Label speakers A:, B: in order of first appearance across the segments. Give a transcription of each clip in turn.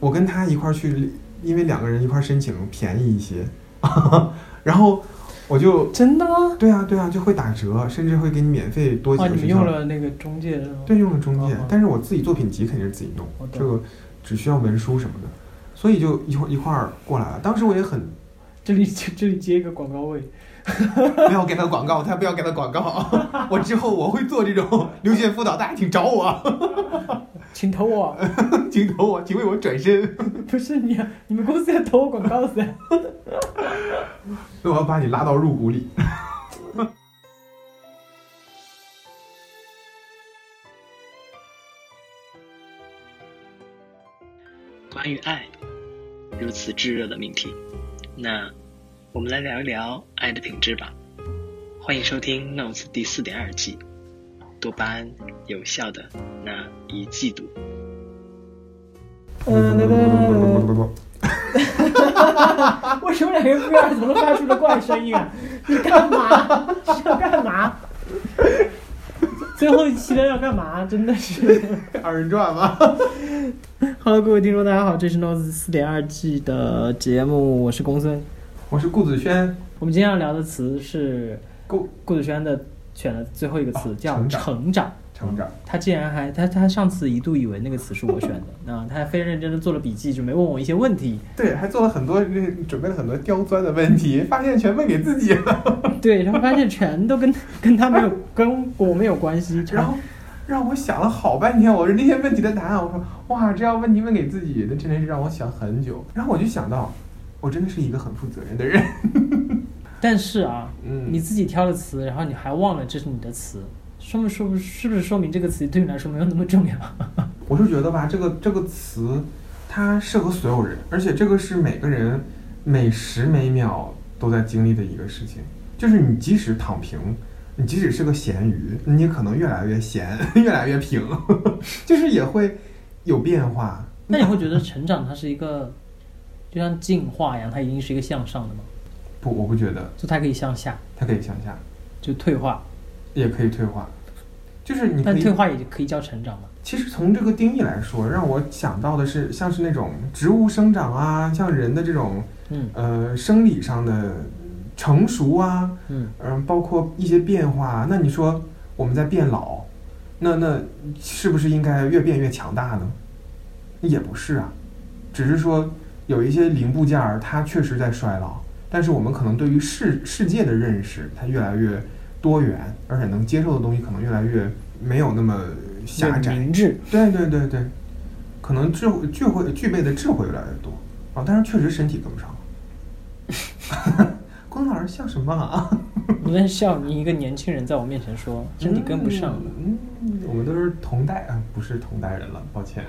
A: 我跟他一块儿去，因为两个人一块儿申请便宜一些， 然后我就
B: 真的吗？
A: 对啊对啊就会打折，甚至会给你免费多几
B: 哦，
A: 个
B: 你们
A: 学校。
B: 用了那个中介是吗？
A: 对，用了中介
B: 哦哦，
A: 但是我自己作品集肯定是自己弄
B: 我，懂
A: 这个只需要文书什么的，所以就一块一块儿过来了。当时我也很
B: 这里 这这里接一个广告位，
A: 不要给他广告，他不要给他广 告。我之后我会做这种留学辅导，大家请找我，
B: 请投我，
A: 请投我，请为我转 身。
B: 不是你，啊你们公司要投我广告 噻？
A: 我要把你拉到入股里。
C: 关于爱，如此炙热的命题。那我们来聊一聊爱的品质吧。欢迎收听《Notes》第四点二季，多巴胺有效的那一季度。
B: 嗯，对对对啊对，为什么两个人不怎么都发出了怪声 音啊？你干嘛？是要干嘛？ 最后一期的要干嘛？真的是。
A: 二人转吗？
B: Hello，各位听众，大家好，这是 Notes 四点二季的节目，我是公孙。
A: 我是顾子轩，
B: 我们今天要聊的词是
A: 顾
B: 顾子轩的选的最后一个词，
A: 哦
B: 叫
A: 成长
B: 成长。
A: 成长。
B: 他竟然还他他上次一度以为那个词是我选的， 那他还非常认真的做了笔记，准备问我一些问题。
A: 对，还做了很多，准备了很多刁钻的问题，发现全问给自己了。
B: 对，然后发现全都跟 跟他没有跟我没有关系。
A: 然后让我想了好半天，我说这些问题的答案，我说哇，这要问题问给自己，那真的是让我想很久。然后我就想到，我真的是一个很负责任的人。
B: 但是啊，
A: 嗯
B: 你自己挑的词，然后你还忘了这是你的词，说明说不是不是说明这个词对你来说没有那么重 要？
A: 我是觉得吧，这个这个词，它适合所有人，而且这个是每个人每时每秒都在经历的一个事情。就是你即使躺平，你即使是个咸鱼，你也可能越来越咸， 越来越平，就是也会有变化。
B: 那你会觉得成长它是一个就像进化一样，它一定是一个向上的吗？
A: 不，我不觉得
B: 就它可以向下，
A: 它可以向下，
B: 就退化，
A: 也可以退化，就是你可
B: 但
A: 以
B: 退化也可以叫成长嘛？
A: 其实从这个定义来说，让我想到的是像是那种植物生长啊，像人的这种
B: 嗯
A: 呃生理上的成熟啊，
B: 嗯，
A: 嗯，包括一些变化。啊那你说我们在变老，那那是不是应该越变越强大呢？也不是啊，只是说有一些零部件儿它确实在衰老，但是我们可能对于世世界的认识它越来越多元，而且能接受的东西可能越来越没有那么狭窄。
B: 明智。
A: 对对对对，可能智慧聚会具备的智慧越来越多啊，但是确实身体跟不上。 光老师像什么啊？
B: 我在笑你一个年轻人在我面前说身体跟不上了，
A: 嗯。嗯，我们都是同代啊，不是同代人了，抱 歉。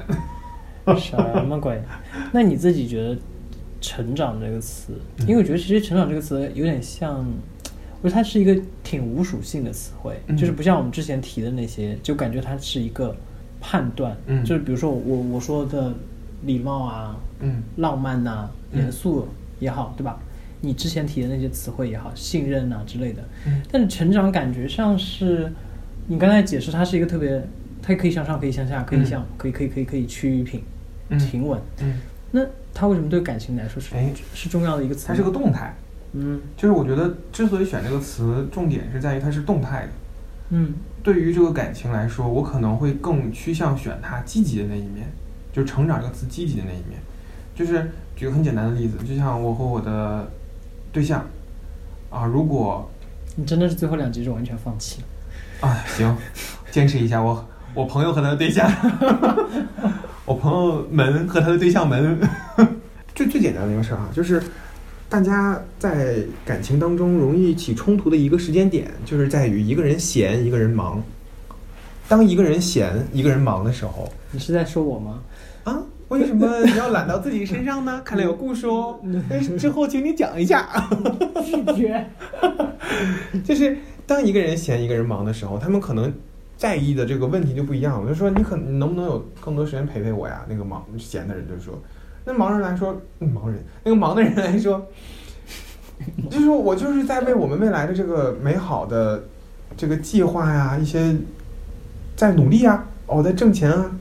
B: 什 么鬼？那你自己觉得“成长”这个词，
A: 嗯
B: 因为我觉得其实“成长”这个词有点像，我觉得它是一个挺无属性的词汇，
A: 嗯
B: 就是不像我们之前提的那些，就感觉它是一个判断，
A: 嗯
B: 就是比如说我我说的礼貌啊、
A: 嗯
B: 浪漫呐、
A: 嗯
B: 严肃也好，对吧？你之前提的那些词汇也好，信任呐、之类的，
A: 嗯
B: 但是成长感觉像是你刚才解释，它是一个特别，它可以向上，可以向下，可以向，可以可以可以可以趋于平
A: 嗯
B: 平稳。
A: 嗯，
B: 那它为什么对感情来说是
A: 哎
B: 是重要的一个词？
A: 它是个，动态，
B: 嗯
A: 就是我觉得之所以选这个词，重点是在于它是动态的。
B: 嗯
A: 对于这个感情来说，我可能会更趋向选它积极的那一面，就成长这个词积极的那一面。就是举个很简单的例子，就像我和我的对象啊，如果
B: 你真的是最后两集就完全放弃了。
A: 啊，行，坚持一下。我我朋友和他的对象， 我朋友们和他的对象们，最最简单的一个事儿啊，就是大家在感情当中容易起冲突的一个时间点，就是在于一个人闲，一个人忙。当一个人闲，一个人忙的时候，
B: 你是在说我吗？
A: 啊，为什么你要揽到自己身上呢？看来有故事哦，之后请你讲一下。
B: 拒 绝。
A: 就是当一个人闲一个人忙的时候，他们可能在意的这个问题就不一样。我就说你可你能不能有更多时间陪陪我呀？那个忙闲的人就说，那忙人来说，嗯忙人那个忙的人来说，就是我就是在为我们未来的这个美好的这个计划呀，一些在努力啊，哦我在挣钱啊，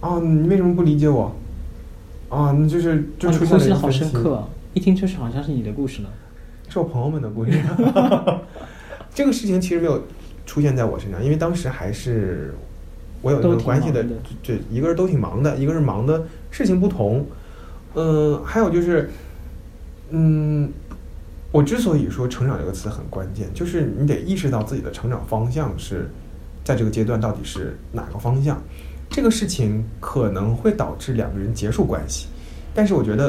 A: 哦你为什么不理解我？啊，那就是就
B: 哇你
A: 出现了一
B: 剖析的
A: 个
B: 好
A: 分
B: 深
A: 歧，
B: 刻啊！一听就是好像是你的故事呢。
A: 是我朋友们的故事。 这个事情其实没有出现在我身上，因为当时还是我有一
B: 都
A: 个
B: 挺
A: 关系的
B: 忙的，
A: 这一个是都挺忙的，一个是忙的事情不同，嗯、还有就是，嗯，我之所以说“成长”这个词很关键，就是你得意识到自己的成长方向是在这个阶段到底是哪个方向。这个事情可能会导致两个人结束关系，但是我觉得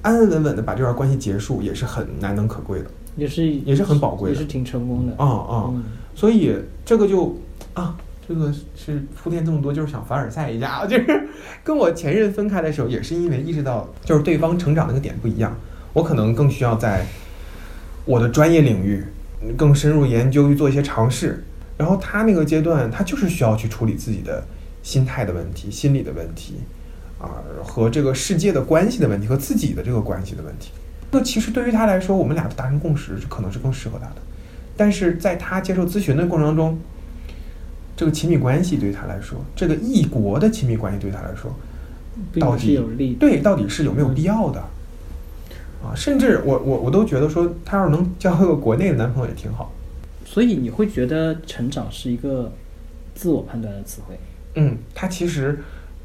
A: 安安稳稳的把这段关系结束也是很难能可贵的。
B: 也是
A: 也是很宝贵的
B: 也是挺成功的。
A: 啊啊、
B: 嗯
A: 所以这个就啊，这个是铺垫这么多，就是想凡尔赛一下，啊 就是跟我前任分开的时候，也是因为意识到就是对方成长那个点不一样，我可能更需要在我的专业领域更深入研究，去做一些尝试。然后他那个阶段，他就是需要去处理自己的心态的问题、心理的问题，啊，和这个世界的关系的问题，和自己的这个关系的问题。那其实对于他来说，我们俩达成共识，可能是更适合他的。但是在他接受咨询的过程当中，这个亲密关系对他来说，这个异国的亲密关系对他来说，
B: 并
A: 到
B: 不
A: 底
B: 是有利。嗯
A: 对到底是有没有必要的？啊，甚至我我我都觉得说，他要是能交一个国内的男朋友也挺好。
B: 所以你会觉得成长是一个自我判断的词汇。
A: 嗯，他其实，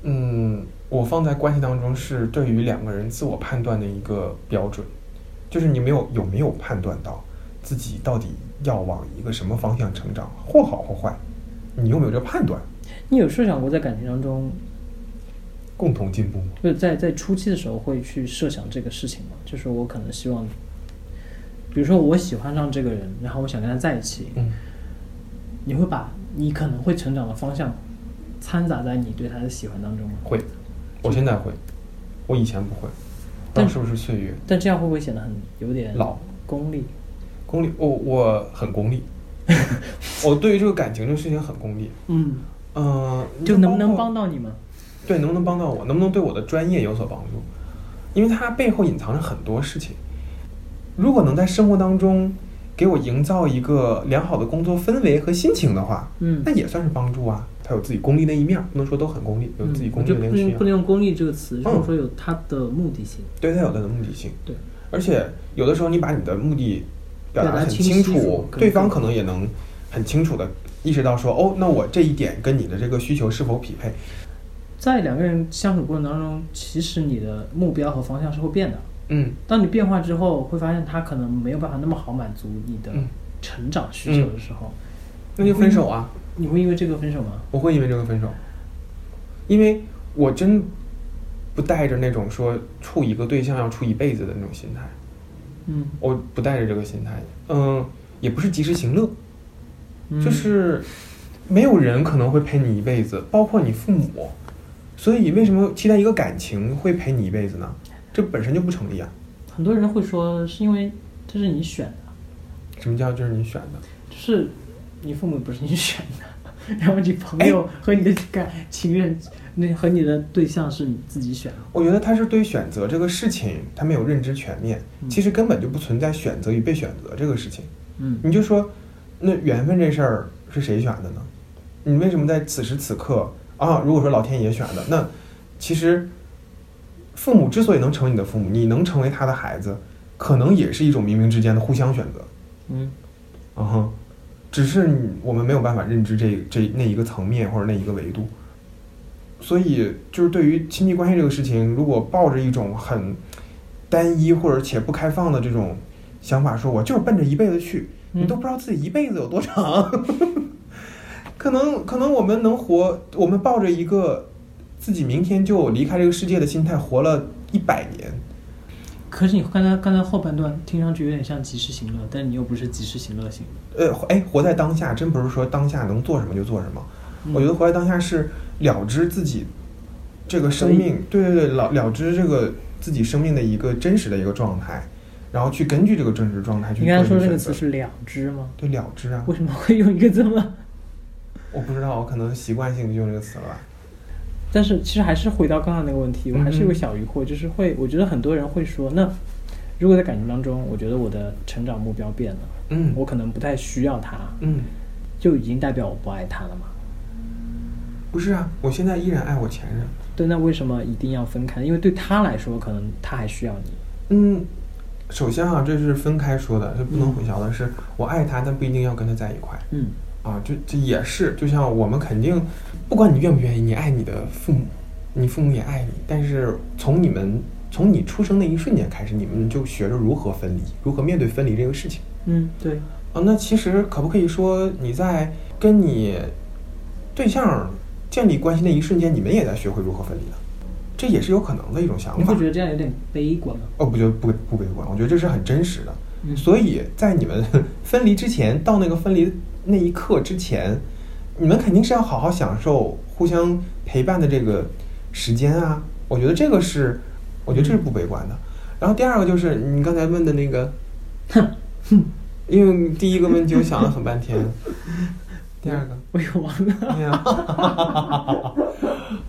A: 嗯，我放在关系当中是对于两个人自我判断的一个标准，就是你没有有没有判断到自己到底要往一个什么方向成长，或好或坏，你有没有这个判断？
B: 你有设想过在感情当中，
A: 共同进步吗？
B: 就是在在初期的时候会去设想这个事情吗？就是我可能希望，比如说我喜欢上这个人，然后我想跟他在一起，
A: 嗯，
B: 你会把你可能会成长的方向掺杂在你对他的喜欢当中吗？
A: 会，我现在会，我以前不会，
B: 但
A: 当时是岁月
B: 但这样会不会显得很有点
A: 老
B: 功利？
A: 功利，我我很功利， 我对于这个感情这个事情很功利，
B: 嗯，
A: 嗯、
B: 就能不能
A: 包括
B: 帮到你吗？
A: 对，能不能帮到我？能不能对我的专业有所帮助？因为它背后隐藏着很多事情。如果能在生活当中给我营造一个良好的工作氛围和心情的话，
B: 嗯
A: 那也算是帮助啊。它有自己功利那一面儿，不能说都很功利，有自己
B: 嗯
A: 功利
B: 就
A: 的那
B: 不
A: 个需
B: 能
A: 要
B: 不。能用功利这个词，就是
A: 嗯
B: 说有它的目的性。
A: 对它有它的目的性。
B: 对，
A: 而且有的时候你把你的目的表达
B: 表
A: 得很
B: 达清
A: 清
B: 晰
A: 楚，
B: 更
A: 对方
B: 更
A: 可能也能很清楚的意识到说，哦，那我这一点跟你的这个需求是否匹配？
B: 在两个人相处过程当中，其实你的目标和方向是会变的。
A: 嗯
B: 当你变化之后，会发现他可能没有办法那么好满足你的
A: 嗯
B: 成长需求的时候，
A: 那就分手啊。
B: 你会因为这个分手吗？
A: 我会因为这个分手，因为我真不带着那种说处一个对象要处一辈子的那种心态，
B: 嗯，
A: 我不带着这个心态，嗯，也不是及时行乐，
B: 嗯
A: 就是没有人可能会陪你一辈子，包括你父母，所以为什么期待一个感情会陪你一辈子呢？这本身就不成立啊！
B: 很多人会说是因为这是你选的，
A: 什么叫这是你选的？
B: 就是你父母不是你选的， 然后你朋友和你的感情人，那和你的对象是你自己选的。
A: 我觉得他是对选择这个事情他没有认知全面，
B: 嗯
A: 其实根本就不存在选择与被选择这个事情。
B: 嗯
A: 你就说，那缘分这事儿是谁选的呢？你为什么在此时此刻啊？如果说老天爷选的，那其实父母之所以能成为你的父母，你能成为他的孩子，可能也是一种冥冥之间的互相选择
B: 嗯，
A: 啊哈。只是你我们没有办法认知这这那一个层面或者那一个维度，所以就是对于亲密关系这个事情，如果抱着一种很单一或者且不开放的这种想法，说我就是奔着一辈子去，你
B: 嗯
A: 都不知道自己一辈子有多长。 可能可能我们能活，我们抱着一个自己明天就离开这个世界的心态活了一百年。
B: 可是你刚才刚才后半段听上去有点像及时行乐，但你又不是及时行乐型的。
A: 呃，哎，活在当下，真不是说当下能做什么就做什么。
B: 嗯
A: 我觉得活在当下是了知自己这个生命，对对对，了了知这个自己生命的一个真实的一个状态，然后去根据这个真实状态去
B: 你
A: 做
B: 刚才
A: 一
B: 说
A: 个
B: 这
A: 选
B: 个词
A: 择。
B: 是两只吗？
A: 对，了知啊，
B: 为什么会用一个这么？
A: 我不知道，我可能习惯性就用这个词了吧。
B: 但是其实还是回到刚刚那个问题，我还是有
A: 嗯
B: 个
A: 嗯
B: 小疑惑，就是会，我觉得很多人会说，那如果在感情当中，我觉得我的成长目标变了，
A: 嗯，
B: 我可能不太需要他，
A: 嗯。
B: 就已经代表我不爱他了嘛？
A: 不是啊，我现在依然爱我前任。
B: 对，那为什么一定要分开？因为对他来说，可能他还需要你。
A: 嗯，首先啊，这是分开说的，这不能混淆的是，我爱他，但不一定要跟他在一块
B: 嗯，
A: 啊。这这也是，就像我们肯定，不管你愿不愿意，你爱你的父母，你父母也爱你，但是从你们从你出生那一瞬间开始，你们就学着如何分离，如何面对分离这个事情。
B: 嗯，对，
A: 啊，那其实可不可以说你在跟你对象建立关系那一瞬间，你们也在学会如何分离呢？这也是有可能的一种想
B: 你
A: 法
B: 会。觉得这样有点悲观吗？
A: 哦，不觉得不不悲观，我觉得这是很真实的。
B: 嗯
A: 所以在你们 分离之前，到那个分离那一刻之前，你们肯定是要好好享受互相陪伴的这个时间啊。我觉得这个是，我觉得这是不悲观的。然后第二个就是你刚才问的那个，因为第一个问题我想了很半天，第二个，
B: 我也忘了，
A: 哎呀，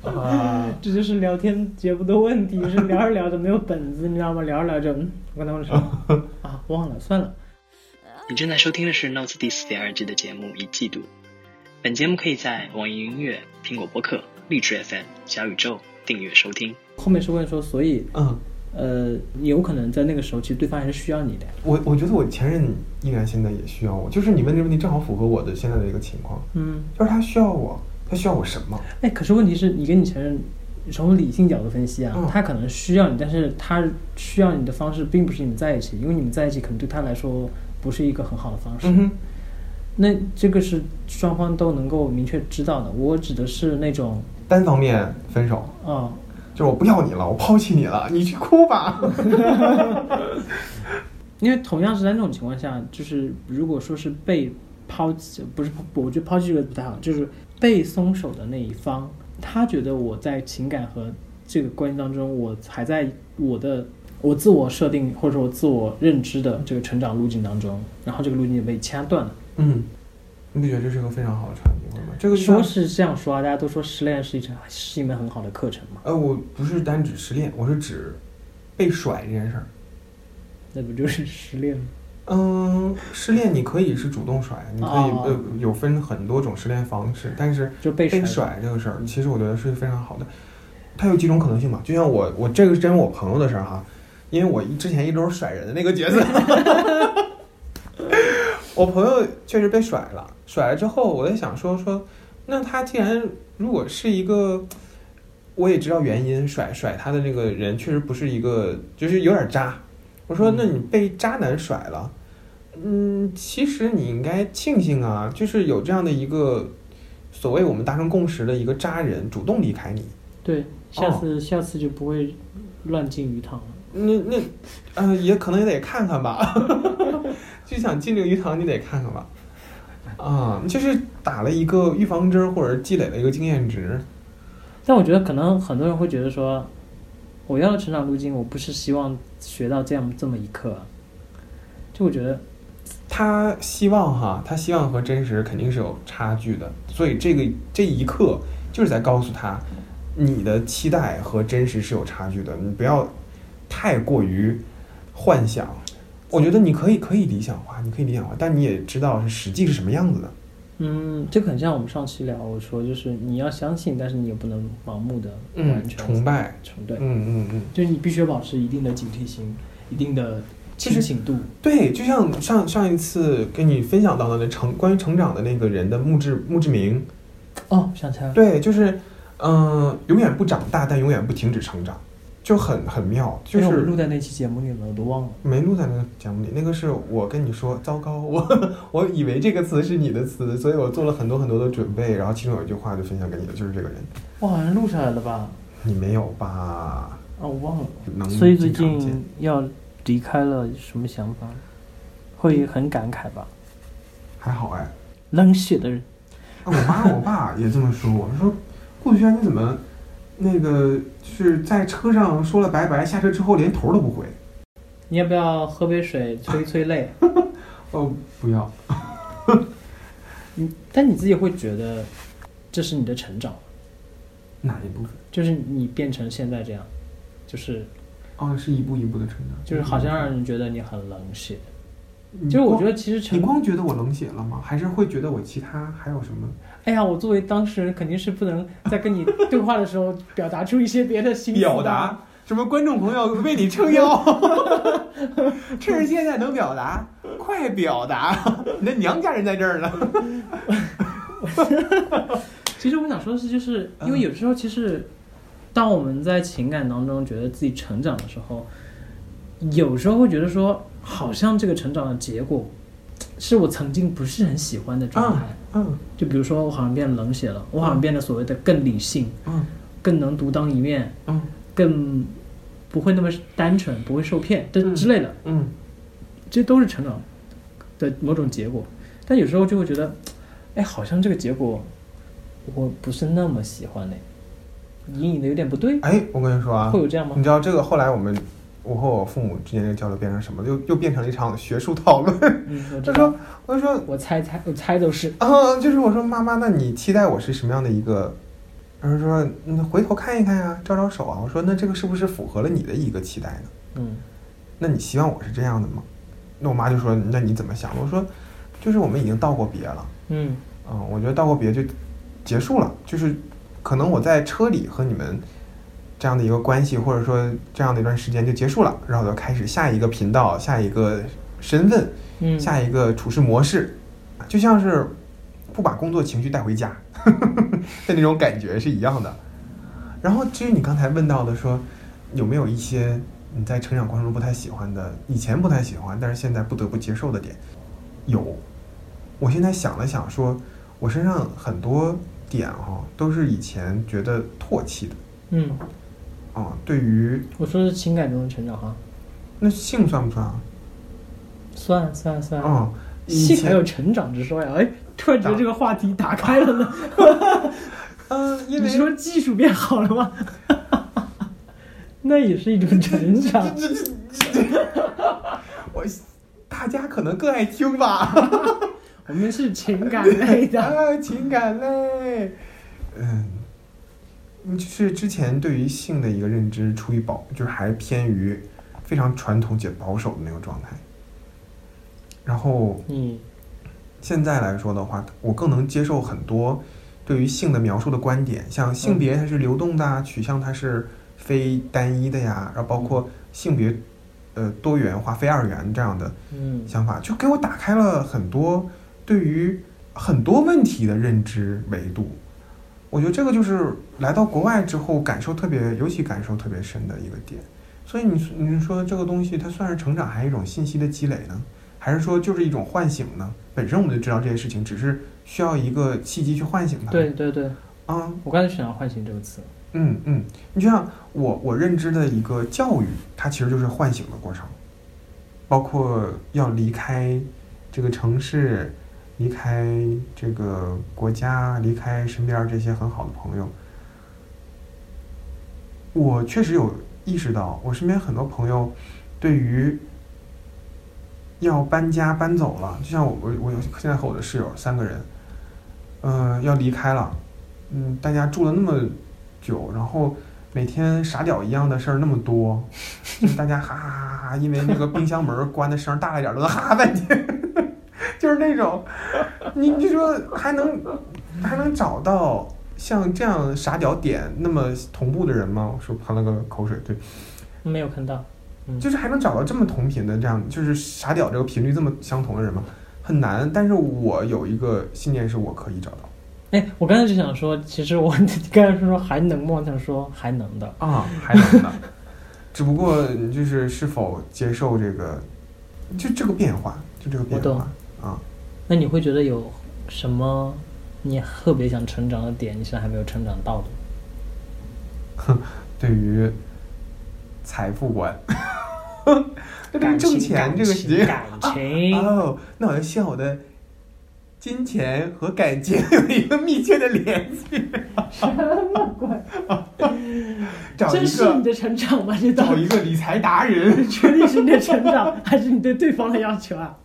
A: 啊，
B: 这就是聊天节目的问题，是聊着聊着没有本子，你知道吗？聊着聊着，嗯，我刚 才说啊，忘了，算了。
C: 你正在收听的是《Notes》第四点二季的节目《一季度》。本节目可以在网易云音乐、苹果播客、荔枝 FM、小宇宙订阅收听。
B: 后面是问说，所以
A: 嗯，
B: 呃，有可能在那个时候，其实对方还是需要你的。
A: 我我觉得我前任依然现在也需要我，就是你问这个问题正好符合我的现在的一个情况。
B: 嗯，
A: 就是他需要我，他需要我什么？
B: 哎，可是问题是你跟你前任从理性角度分析啊，
A: 嗯
B: 他可能需要你，但是他需要你的方式并不是你们在一起，因为你们在一起可能对他来说不是一个很好的方式。
A: 嗯哼，
B: 那这个是双方都能够明确知道的。我指的是那种
A: 单方面分手，
B: 啊、
A: 就是我不要你了，我抛弃你了，你去哭吧。
B: 因为同样是在那种情况下，就是如果说是被抛弃，不是我觉得抛弃这个不太好，就是被松手的那一方，他觉得我在情感和这个关系当中，我还在我的我自我设定或者说我自我认知的这个成长路径当中，然后这个路径就被掐断了。
A: 嗯，你不觉得这是个非常好的场景吗？这个就像
B: 说是这样说啊，大家都说失恋是一场是一门很好的课程嘛，
A: 呃，我不是单指失恋，我是指被甩这件事儿。
B: 那不就是失恋吗？
A: 嗯，失恋你可以是主动甩，你可以、
B: 哦
A: 呃有分很多种失恋方式，但是
B: 就被甩
A: 被甩这个事儿，其实我觉得是非常好的。它有几种可能性嘛？就像我我这个是真我朋友的事儿哈，因为我一之前一直都是甩人的那个角色。 我朋友确实被甩了，甩了之后，我在想说说，那他既然如果是一个，我也知道原因，甩甩他的那个人确实不是一个，就是有点渣。我说，那你被渣男甩了，嗯，其实你应该庆幸啊，就是有这样的一个所谓我们达成共识的一个渣人主动离开你，
B: 对，下次、下次就不会乱进鱼塘了。
A: 那那，呃，也可能也得看看吧， 就想进这个鱼塘，你得看看吧，啊、就是打了一个预防针，或者积累了一个经验值，
B: 但我觉得可能很多人会觉得说，我要的成长路径，我不是希望学到这样这么一课啊，就我觉得，
A: 他希望哈，他希望和真实肯定是有差距的，所以这个这一刻就是在告诉他，你的期待和真实是有差距的，你不要太过于幻想。我觉得你可以可以理想化，你可以理想化，但你也知道是实际是什么样子的。
B: 嗯，这个很像我们上期聊我说，就是你要相信，但是你也不能盲目的完
A: 嗯，
B: 全
A: 崇拜。
B: 崇对，
A: 嗯嗯嗯，
B: 就是你必须保持一定的警惕心，一定的清醒度。
A: 对，就像上上一次跟你分享到的那成关于成长的那个人的墓志墓志铭，
B: 哦，想起来了，
A: 对，就是，嗯、永远不长大，但永远不停止成长，就很很妙。就
B: 哎因为我们
A: 是
B: 录在那期节目里了，我都忘了。
A: 没录在那个节目里，那个是我跟你说，糟糕，我 我以为这个词是你的词，所以我做了很多很多的准备，然后其中有一句话就分享给你了，就是这个人，
B: 我好像录下来了吧？
A: 你没有吧？
B: 啊，我忘了。
A: 能
B: 所以最
A: 经常见
B: 近要离开了，什么想法？会很感慨吧？
A: 还好哎，
B: 冷血的人，
A: 啊我妈我爸也这么说我，说顾轩你怎么那个是在车上说了拜拜，下车之后连头都不回？
B: 你要不要喝杯水催催泪？
A: 哦，不要，
B: 嗯，但你自己会觉得这是你的成长，
A: 哪一部分？
B: 就是你变成现在这样，就是
A: 啊哦，是一步一步的成长，
B: 就是好像让人觉得你很冷血。
A: 你
B: 就是我
A: 光
B: 觉得其实
A: 嗯你
B: 成
A: 光觉得我冷血了吗？还是会觉得我其他还有什么？
B: 哎呀，我作为当事人，肯定是不能在跟你对话的时候表达出一些别的心 思。
A: 表达，什么观众朋友为你撑 腰，趁着现在能表达，快表达！你的娘家人在这儿呢。
B: 其实我想说的是，就是
A: 嗯
B: 因为有时候，其实当我们在情感当中觉得自己成长的时候，有时候会觉得说，好像这个成长的结果是我曾经不是很喜欢的状态。
A: 嗯
B: 就比如说，我好像变冷血了，我好像变得所谓的更理性，
A: 嗯
B: 更能独当一面，
A: 嗯
B: 更不会那么单纯，不会受骗，这
A: 嗯
B: 之类的。
A: 嗯，
B: 这都是成长的某种结果。但有时候就会觉得，哎，好像这个结果我不是那么喜欢呢，隐隐的有点不对，
A: 哎，我跟你说啊
B: 会，有这样吗
A: 你？知道这个后来我们我和我父母之间的交流变成什么？又又变成了一场学术讨论。
B: 嗯，我
A: 他
B: 知道
A: 说，，我就说，
B: 我猜猜，我猜都是。
A: 啊，就是我说妈妈，那你期待我是什么样的一个？然后说，嗯，回头看一看呀，招招手啊。我说，那这个是不是符合了你的一个期待呢？
B: 嗯，
A: 那你希望我是这样的吗？那我妈就说，那你怎么想？我说，就是我们已经道过别了，
B: 嗯，
A: 嗯，我觉得道过别就结束了，就是可能我在车里和你们这样的一个关系，或者说这样的一段时间就结束了，然后我就开始下一个频道、下一个身份、
B: 嗯
A: 下一个处事模式，就像是不把工作情绪带回家 的那种感觉是一样的。然后至于你刚才问到的说，有没有一些你在成长过程中不太喜欢的，以前不太喜欢，但是现在不得不接受的点，有。我现在想了想说，我身上很多点哈、都是以前觉得唾弃的
B: 嗯，
A: 啊、对于
B: 我说的是情感中的成长哈，
A: 那性算不算啊？
B: 算算算。
A: 啊、以
B: 性还
A: 前
B: 有成长之说呀！哎，突然觉得这个话题打开了呢。
A: 嗯、因
B: 你
A: 为
B: 说技术变好了吗？ 那也是一种成长。
A: 我大家可能更爱听吧，
B: 我们是情感类 的。
A: 啊，情感类，嗯，就是之前对于性的一个认知，出于保，就是还偏于非常传统且保守的那个状态。然后
B: 你
A: 现在来说的话，我更能接受很多对于性的描述的观点，像性别它是流动的啊，取向它是非单一的呀，然后包括性别呃多元化、非二元这样的
B: 嗯
A: 想法，就给我打开了很多对于很多问题的认知维度。我觉得这个就是来到国外之后感受特别，尤其感受特别深的一个点。所以你你说这个东西它算是成长，还是一种信息的积累呢？还是说就是一种唤醒呢？本身我们就知道这些事情，只是需要一个契机去唤醒它。
B: 对，对对，
A: 啊、
B: 我刚才想要唤醒这个词。
A: 嗯嗯，你就像我我认知的一个教育，它其实就是唤醒的过程，包括要离开这个城市，离开这个国家，离开身边儿这些很好的朋友。我确实有意识到，我身边很多朋友对于要搬家搬走了，就像我我我有现在和我的室友三个人，嗯、要离开了，嗯，大家住了那么久，然后每天傻屌一样的事儿那么多，就是大家哈哈哈哈，因为那个冰箱门儿关的声儿大了一点儿，都 能哈哈半天，就是那种，你你说还能还能找到像这样傻屌点那么同步的人吗？我说喷了个口水，对，
B: 没有看到，
A: 就是还能找到这么同频的这样，就是傻屌这个频率这么相同的人吗？很难，但是我有一个信念是我可以找到
B: 哎，我刚才就想说，其实我 刚才说还能吗？我想说还能的，
A: 啊，还能的，只不过就是是否接受这个，就这个变化，就这个变
B: 我
A: 化啊，
B: 那你会觉得有什么你特别想成长的点，你现在还没有成长到的？
A: 对于财富 观，就对于
B: 感情
A: 挣钱这个事情，
B: 感 情，感情
A: 哦，那我要希望我的金钱和感情有一个密切的联系。什么鬼？
B: 这
A: 找
B: 是
A: 一
B: 你
A: 个
B: 的成长吗？这到
A: 找
B: 底
A: 一个理财达人，
B: 确定是你的成长， 还是你对对方的要求啊？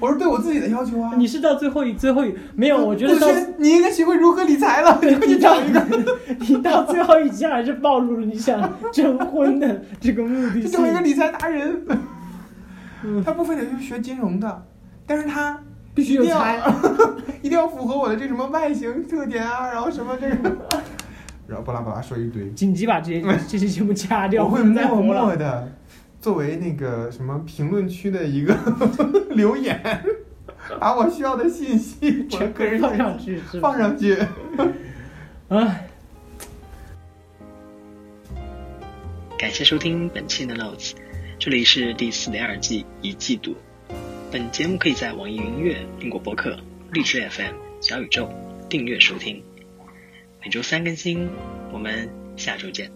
A: 我是对我自己的要求 啊。
B: 你是到最后一最后一没有？我觉得
A: 顾
B: 到
A: 轩你应该学会如何理财了，你快去
B: 你
A: 找
B: 到
A: 一个，
B: 你到最后一下还是暴露了你想征婚的这个目的
A: 去
B: 性
A: 找。一个理财达人。他不非得去学金融的，但是他
B: 必须有
A: 一定要
B: 才。
A: 一定要符合我的这什么外形特点啊，然后什么这个，然后巴拉巴拉说一堆，
B: 紧急把这 些这期节目掐掉，
A: 我会
B: 不能再
A: 默
B: 播
A: 默
B: 了。
A: 的作为那个什么评论区的 一个留言，把我需要的信息，我的
B: 全
A: 个人
B: 放
A: 信
B: 上
A: 息
B: 去是吧？
A: 放上去。
B: 哎，
C: 感谢收听本期的 Notes，这里是第四点二季一季度。本节目可以在网易云音乐、苹果播客、荔枝 FM、小宇宙订阅收听，每周三更新。我们下周见。